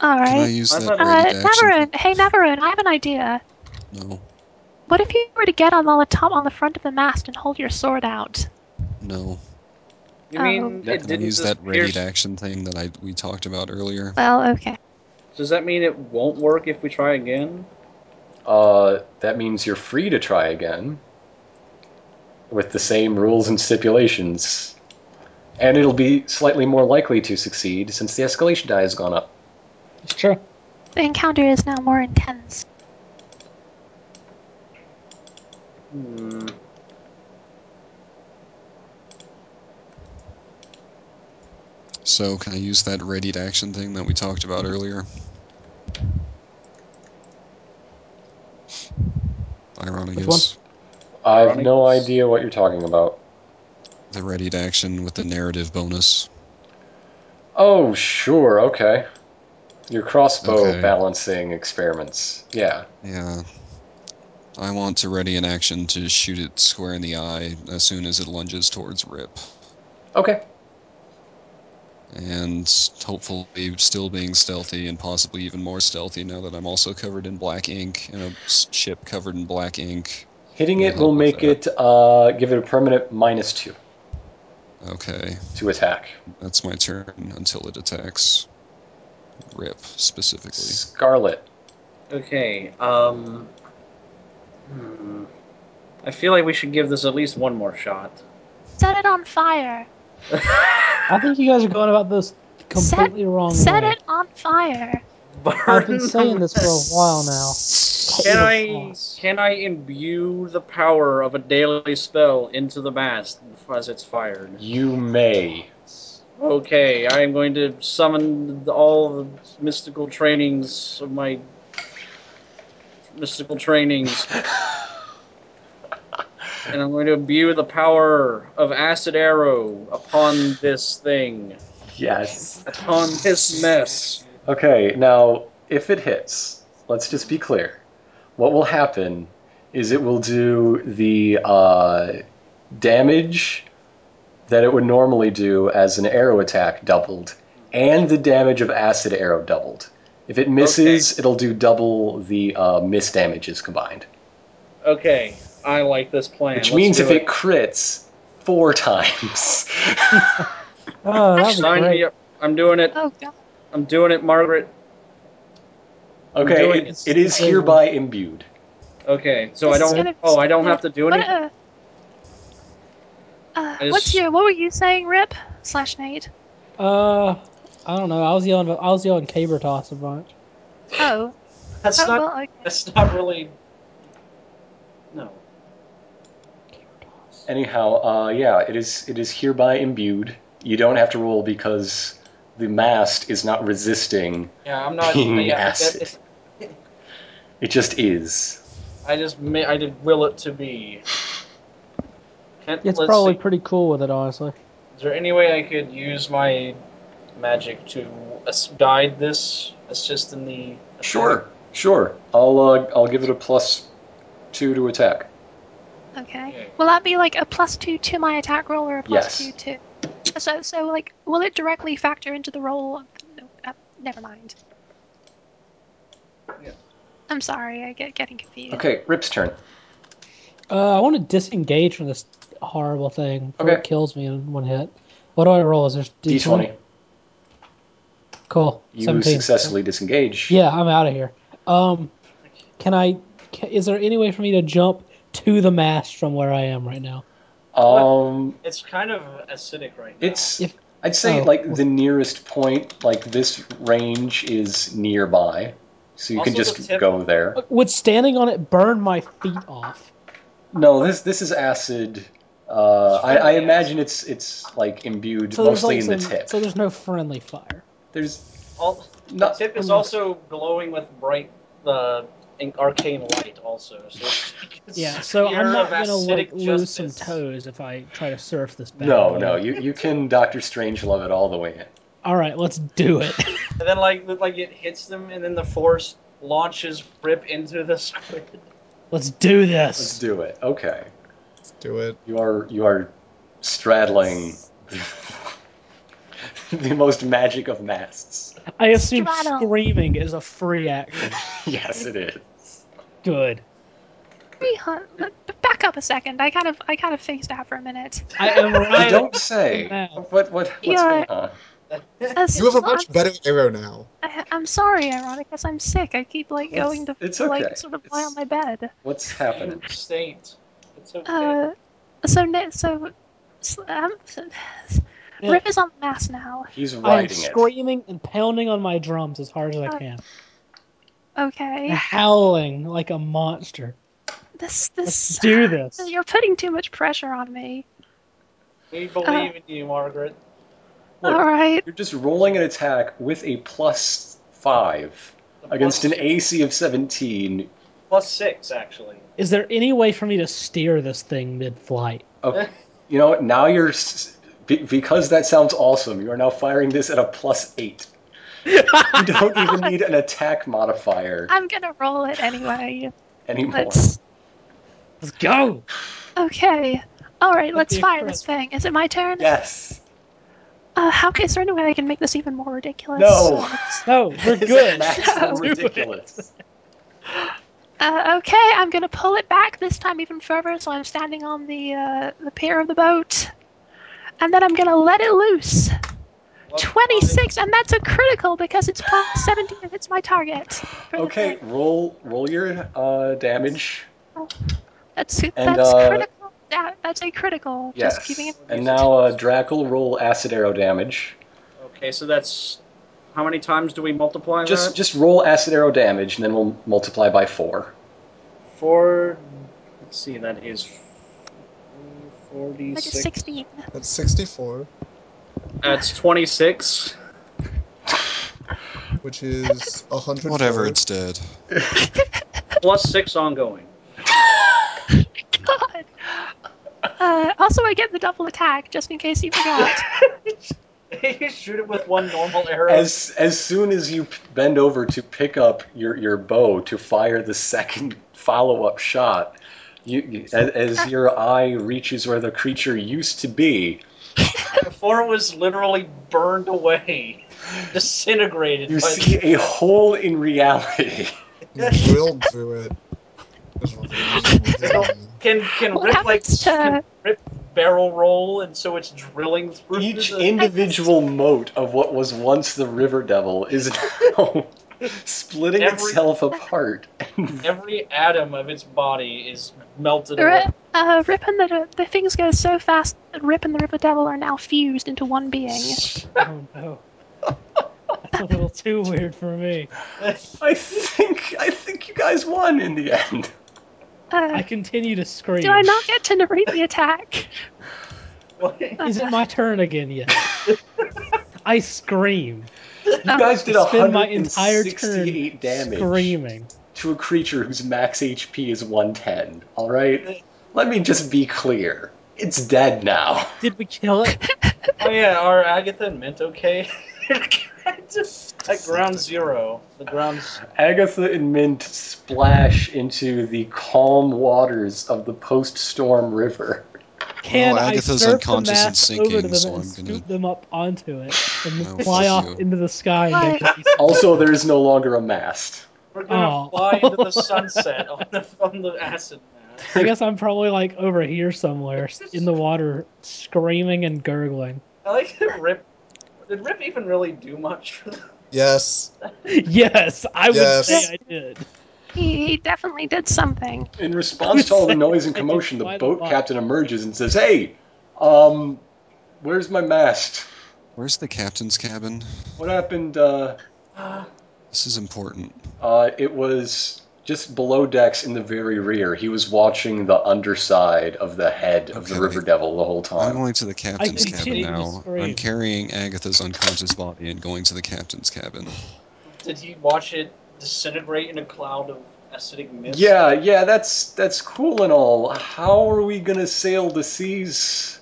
Can I Alright. use I that thought- Uh, ready action? Navarone, hey Navarone, I have an idea. No, What if you were to get on the top on the front of the mast and hold your sword out? no. You Oh. mean Yeah, it Can I didn't use just that ready pierce- action thing that I we talked about earlier? Well, okay. Does that mean it won't work if we try again? Uh, that means you're free to try again with the same rules and stipulations. And it'll be slightly more likely to succeed since the escalation die has gone up. It's true. The encounter is now more intense. Hmm. So can I use that ready action thing that we talked about earlier? Which one? Ironicus, I have Ronnie? no idea what you're talking about. the ready action with the narrative bonus. Oh, sure, okay. Your crossbow Okay. balancing experiments. Yeah. Yeah. I want to ready an action to shoot it square in the eye as soon as it lunges towards Rip. Okay. And hopefully, still being stealthy and possibly even more stealthy now that I'm also covered in black ink and a s- ship covered in black ink. Hitting it will We'll help make with it uh, give it a permanent minus two Okay, to attack. that's my turn until it attacks. Rip, specifically. Scarlet. Okay. Um. Hmm. I feel like we should give this at least one more shot. Set it on fire. I think you guys are going about this completely Oh, wrong Set way. it on fire. I've Burn been saying this for a while now. Can Hold I on. can I imbue the power of a daily spell into the mast as it's fired? You may. Okay, I am going to summon all the mystical trainings of my mystical trainings, and I'm going to imbue the power of acid arrow upon this thing, Yes. upon this mess. Okay, now if it hits, let's just be clear. What will happen is it will do the uh, damage that it would normally do as an arrow attack doubled, and the damage of acid arrow doubled. If it misses, it'll do double the uh, miss damages combined, Okay, I like this plan. which Let's means do if it crits four times. Oh, that'd be sign me great. up, I'm doing it. Oh god. I'm doing it, Margaret. okay, doing it, it. it is hereby imbued. Okay, so This I is don't. gonna- Oh, I don't have to do What, anything. uh, uh, I what's just- your what were you saying, Rip? Slash Nate. Uh, I don't know. I was yelling. I was yelling caber toss a bunch. Oh. That's oh not. well, okay. That's not really. No. Anyhow, uh, yeah, it is it is hereby imbued. You don't have to roll because the mast is not resisting. Yeah, I'm not. Being yeah, acid. it's- It just is. I just may, I did will it to be. Can't, It's let's probably see. pretty cool with it, honestly. Is there any way I could use my magic to as- guide this, assist in the? attack? Sure, sure. I'll uh, I'll give it a plus two to attack. Okay. Yeah. Will that be like a plus two to my attack roll or a plus Yes. two to? So so like will it directly factor into the roll? Of, no, uh, never mind. Yeah. I'm sorry, I get getting confused. Okay, Rip's turn. Uh, I want to disengage from this horrible thing. before It Okay. kills me in one hit. What do I roll? Is there D D20? twenty. Cool. You 17. successfully disengage. Yeah, I'm out of here. Um, can I? ca is there any way for me to jump to the mast from where I am right now? Um, It's kind of acidic right now. it's. If- I'd say oh, like well- the nearest point, like this range is nearby, so you can Also the just tip- go there. Uh, Would standing on it burn my feet off? No, this this is acid. Uh, It's I, I friendly imagine it's it's like imbued So there's mostly like in the some- tip. So there's no friendly fire. There's All, the not tip is I'm- also glowing with bright, uh, in- arcane light also. So it's, it's Yeah, so sphere I'm not of gonna like acidic lose some justice. toes if I try to surf this. Bad no boy. no. You you can Doctor Strange love it all the way in. All right, let's do it. And then like like it hits them, and then the force launches Rip into the squid. Let's do this. Let's do it. Okay, Let's do it. you are you are straddling the most magic of masts. I assume Straddle. screaming is a free action. yes, it is. Good. Hey, huh, but Back up a second. I kind of I kind of phased out for a minute. I am You right. don't say. Wow. What what what's Yeah. going on? As- You have a well, much better arrow now. I'm, I, am sorry, ironic, because I'm sick. I keep like It's- going to it's okay. like sort of lie It's- on my bed. What's happening? You Saint. It's okay. Uh, so ne- so, so um, Yeah. Rip is on the mass now. He's I'm writing it. screaming and pounding on my drums as hard as Oh, I can, Okay. howling like a monster. This this Let's do this. you're putting too much pressure on me. we believe in you, Margaret. Look, All right. You're just rolling an attack with a plus five The against plus- an AC of 17. plus six actually. Is there any way for me to steer this thing mid-flight? Oh, you know what? Now you're. s- be- Because that sounds awesome, you are now firing this at a plus eight. You don't even need an attack modifier I'm gonna roll it anyway. anymore. Let's. Let's go. Okay. All right. Let's Okay, fire cool. this thing. Is it my turn? Yes. Uh, how is there any way I can make this even more ridiculous? No. No, we're This is good. maximum Do it. ridiculous. Uh, okay, I'm gonna pull it back this time even further, so I'm standing on the uh, the pier of the boat, and then I'm gonna let it loose. Plus- Twenty six, and that's a critical because it's plus seventeen. and It's my target. for the Okay, thing. roll roll your uh, damage. that's that's uh, critical. Yeah, that's a critical. Just keeping it. Yes. And now uh, Drackle, roll acid arrow damage. Okay, so that's how many times do we multiply Just that? just roll acid arrow damage, and then we'll multiply by four. Four. Let's see, that is Like a 46. sixteen. That's 64, That's 26. which is 100. Whatever, it's dead. Plus six ongoing. God. Uh, also, I get the double attack just in case you forgot. you shoot it with one normal arrow. As as soon as you p- bend over to pick up your, your bow to fire the second follow up shot, you, you as, as your eye reaches where the creature used to be, Before it was literally burned away, disintegrated. you by see a hole in reality. Drilled through it. Can can What Rip like happens to- Rip barrel roll, and so it's drilling through Each the- individual moat of what was once the River Devil is now splitting Every- itself apart. And every atom of its body is melted away. Rip, uh, Rip and the the things go so fast that Rip and the River Devil are now fused into one being. Oh no. That's a little too weird for me. I think I think you guys won in the end. I Uh, continue to scream. do I not get to narrate the attack? Uh, Is it my turn again yet? I scream. You guys did I spend Uh, my entire 168 turn damage screaming. to a creature whose max HP is 110. All right, let me just be clear. It's dead now. Did we kill it? Oh yeah, are Agatha and Mint okay? At ground zero, the ground's Agatha and Mint splash into the calm waters of the post-storm river. Can Well, I Agatha's surf unconscious the and mast sinking, over to them so and I'm scoop gonna- them up onto it and No, then fly fuck off you. into the sky and make them be Also, there is no longer a mast. we're gonna Oh. fly into the sunset on the on the acid mass. I guess I'm probably like over here somewhere s- in the water, screaming and gurgling. I like that Rip. Did Rip even really do much for them? Yes. yes, I Yes. would say I did. He, he definitely did something. In response to all the noise and commotion, the boat captain emerges and says, "Hey, um, where's my mast? Where's the captain's cabin? What happened? Uh, This is important. uh, it was just below decks in the very rear. He was watching the underside of the head of the Okay. River Devil the whole I'm time. going to the captain's can cabin see the now. I'm screen. carrying Agatha's unconscious body and going to the captain's cabin. Did he watch it disintegrate in a cloud of acidic mist? Yeah, yeah, that's that's cool and all. How are we gonna sail the seas?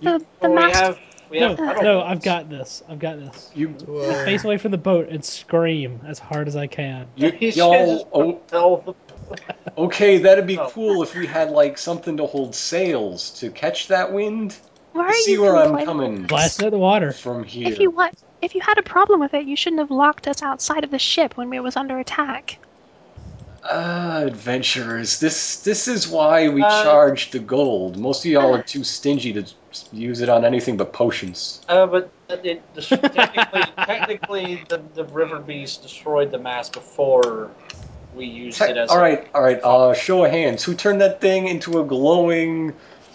The, the Well, we mast. have. We No, have paddle no, I've boats. got this. I've got this. You, Well, Face away from the boat and scream as hard as I can. you He should y'all, just oh, propel the okay, that'd be Oh. cool if we had like something to hold sails to catch that wind. Where You are see you where I'm complaining coming. about this? Blast it at the water. from here. If you what? If you had a problem with it, you shouldn't have locked us outside of the ship when we was under attack. Ah, adventurers, this this is why we Uh, charge the gold. Most of y'all are too stingy to s- use it on anything but potions. Uh, but it, the, technically, technically the, the river beast destroyed the mask before we used it as. all right, all right. Uh, show of hands. Who turned that thing into a glowing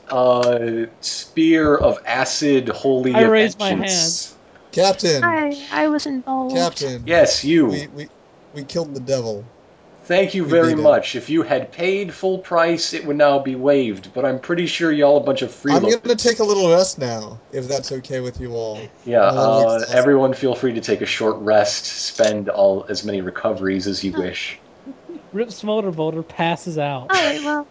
uh, spear of acid? Holy! I of raised my vengeance? hands. Captain, I I was involved. Captain, Yes, you. we, we we killed the devil. Thank you we very beat it. much. If you had paid full price, it would now be waived. But I'm pretty sure y'all a bunch of I'm freeloaders. gonna take a little rest now, if that's okay with you all. Yeah, I'm a little uh, exhausted. everyone feel free to take a short rest, spend all as many recoveries as you wish. Rip Smolderboulder passes out. Oh wait, well,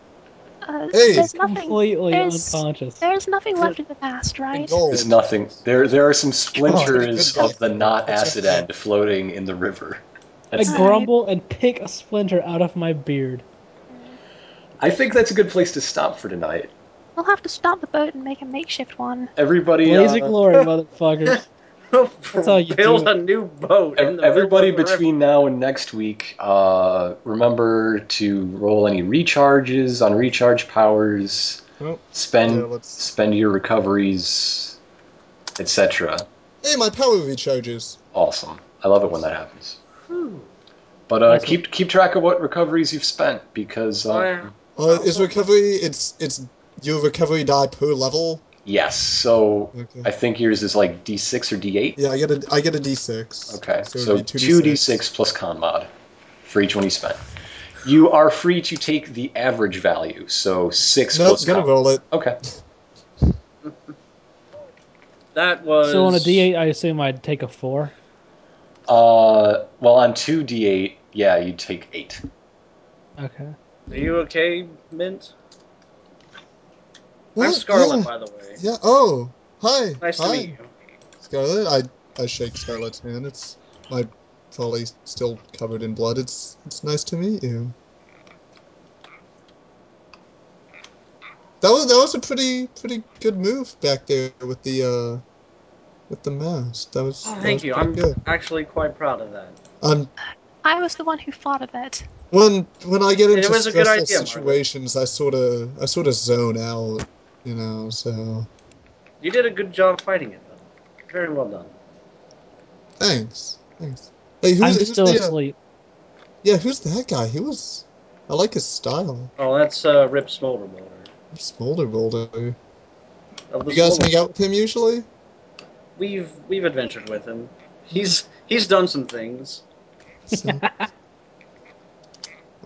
uh, Hey. there's nothing. Completely There's- unconscious. There's nothing left of the past, And right? gold. There's nothing. There there are Oh, some splinters God. of the not acid end floating in the river. I That's, Alright. grumble and pick a splinter out of my beard. I think that's a good place to stop for tonight. We'll have to stop the boat and make a makeshift one. Everybody, Blaze of uh, glory, motherfuckers. That's how you build do a new boat. in ev- the everybody middle of the river. between now and next week, uh, remember to roll any recharges on recharge powers. Well, Spend yeah, let's- spend your recoveries, etc. Hey, my power recharges. awesome. I love it when that happens. Whew. But uh, That's keep keep track of what recoveries you've spent because uh, Well, Uh, is recovery? It's it's your recovery die per level. yes, so Okay. I think yours is like D6 or D8. Yeah, I get a I get a d6. Okay, it'd so be two D6 plus con mod for each one you spent. You are free to take the average value, so six No, plus gonna con. roll it. Okay, that was. So on a D8, I assume I'd take a four. uh, well on two D8, yeah, you'd take eight. Okay. Are you okay, Mint? I'm What? Scarlet, Yeah. by the way. Yeah. Oh, hi. Nice hi, to meet you. Scarlet. I I shake Scarlet's hand. It's my trolley still covered in blood. It's it's nice to meet you. That was that was a pretty pretty good move back there with the uh with the mask. That was Oh, that thank was you. pretty I'm good. actually quite proud of that. I'm I was the one who thought of it. when when I get It into was a good stressful idea, Margaret. situations, I sort of I sort of zone out, you know. So You did a good job fighting it, though. Very well done. thanks, thanks. Hey, who's, I'm who's still the, uh, asleep. yeah? Who's that guy? He was. I like his style. Oh, that's uh, Rip Smolderboulder. Smolder Boulder. Of the You guys Uh, Smolder- hang out with him usually? we've we've adventured with him. He's he's done some things. So,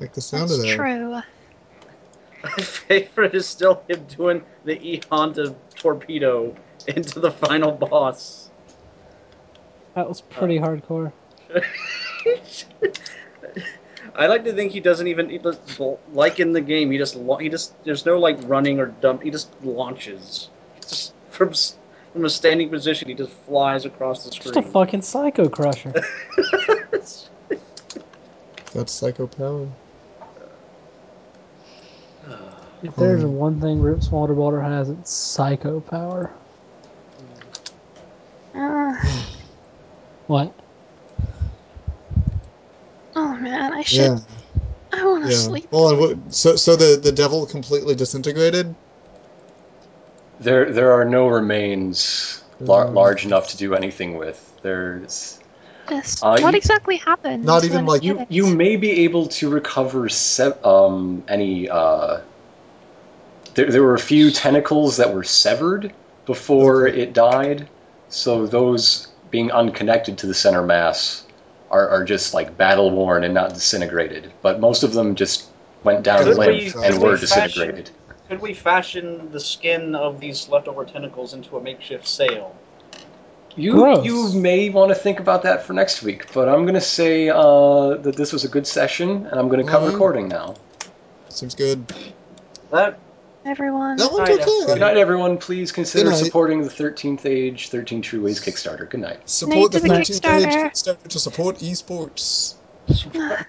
like the sound That's of that. true. My favorite is still him doing the E Honda torpedo into the final boss. That was pretty hardcore. I like to think he doesn't even he does, like in the game. He just la- he just there's no like running or dump. He just launches just from s- from a standing position. He just flies across the Just a screen. fucking psycho crusher. That's psycho power. If there's Hmm. one thing Rip Smolderboulder has, it's psycho power. Uh, What? oh man, I should. Yeah, I want to yeah. sleep. Well, and what, so so the the devil completely disintegrated. There there are no remains lar- Mm. large enough to do anything with. There's goodness. Uh, what you- exactly happened? Not even like- You you may be able to recover se- um, any. Uh, there, there were a few tentacles that were severed before it died, so those being unconnected to the center mass are, are just like battle worn and not disintegrated. But most of them just went down Could limp we- and could were we fashion- disintegrated. Could we fashion the skin of these leftover tentacles into a makeshift sail? You Gross. you may want to think about that for next week, but I'm gonna say uh, that this was a good session, and I'm gonna cut Alright. recording now. Seems good. That Everyone. That one's Alright, Good okay. night, everyone. Please consider Good night. supporting the 13th Age, 13 True Ways Kickstarter. Good night. Night Support to the the 13th Age Kickstarter. Kickstarter to support esports.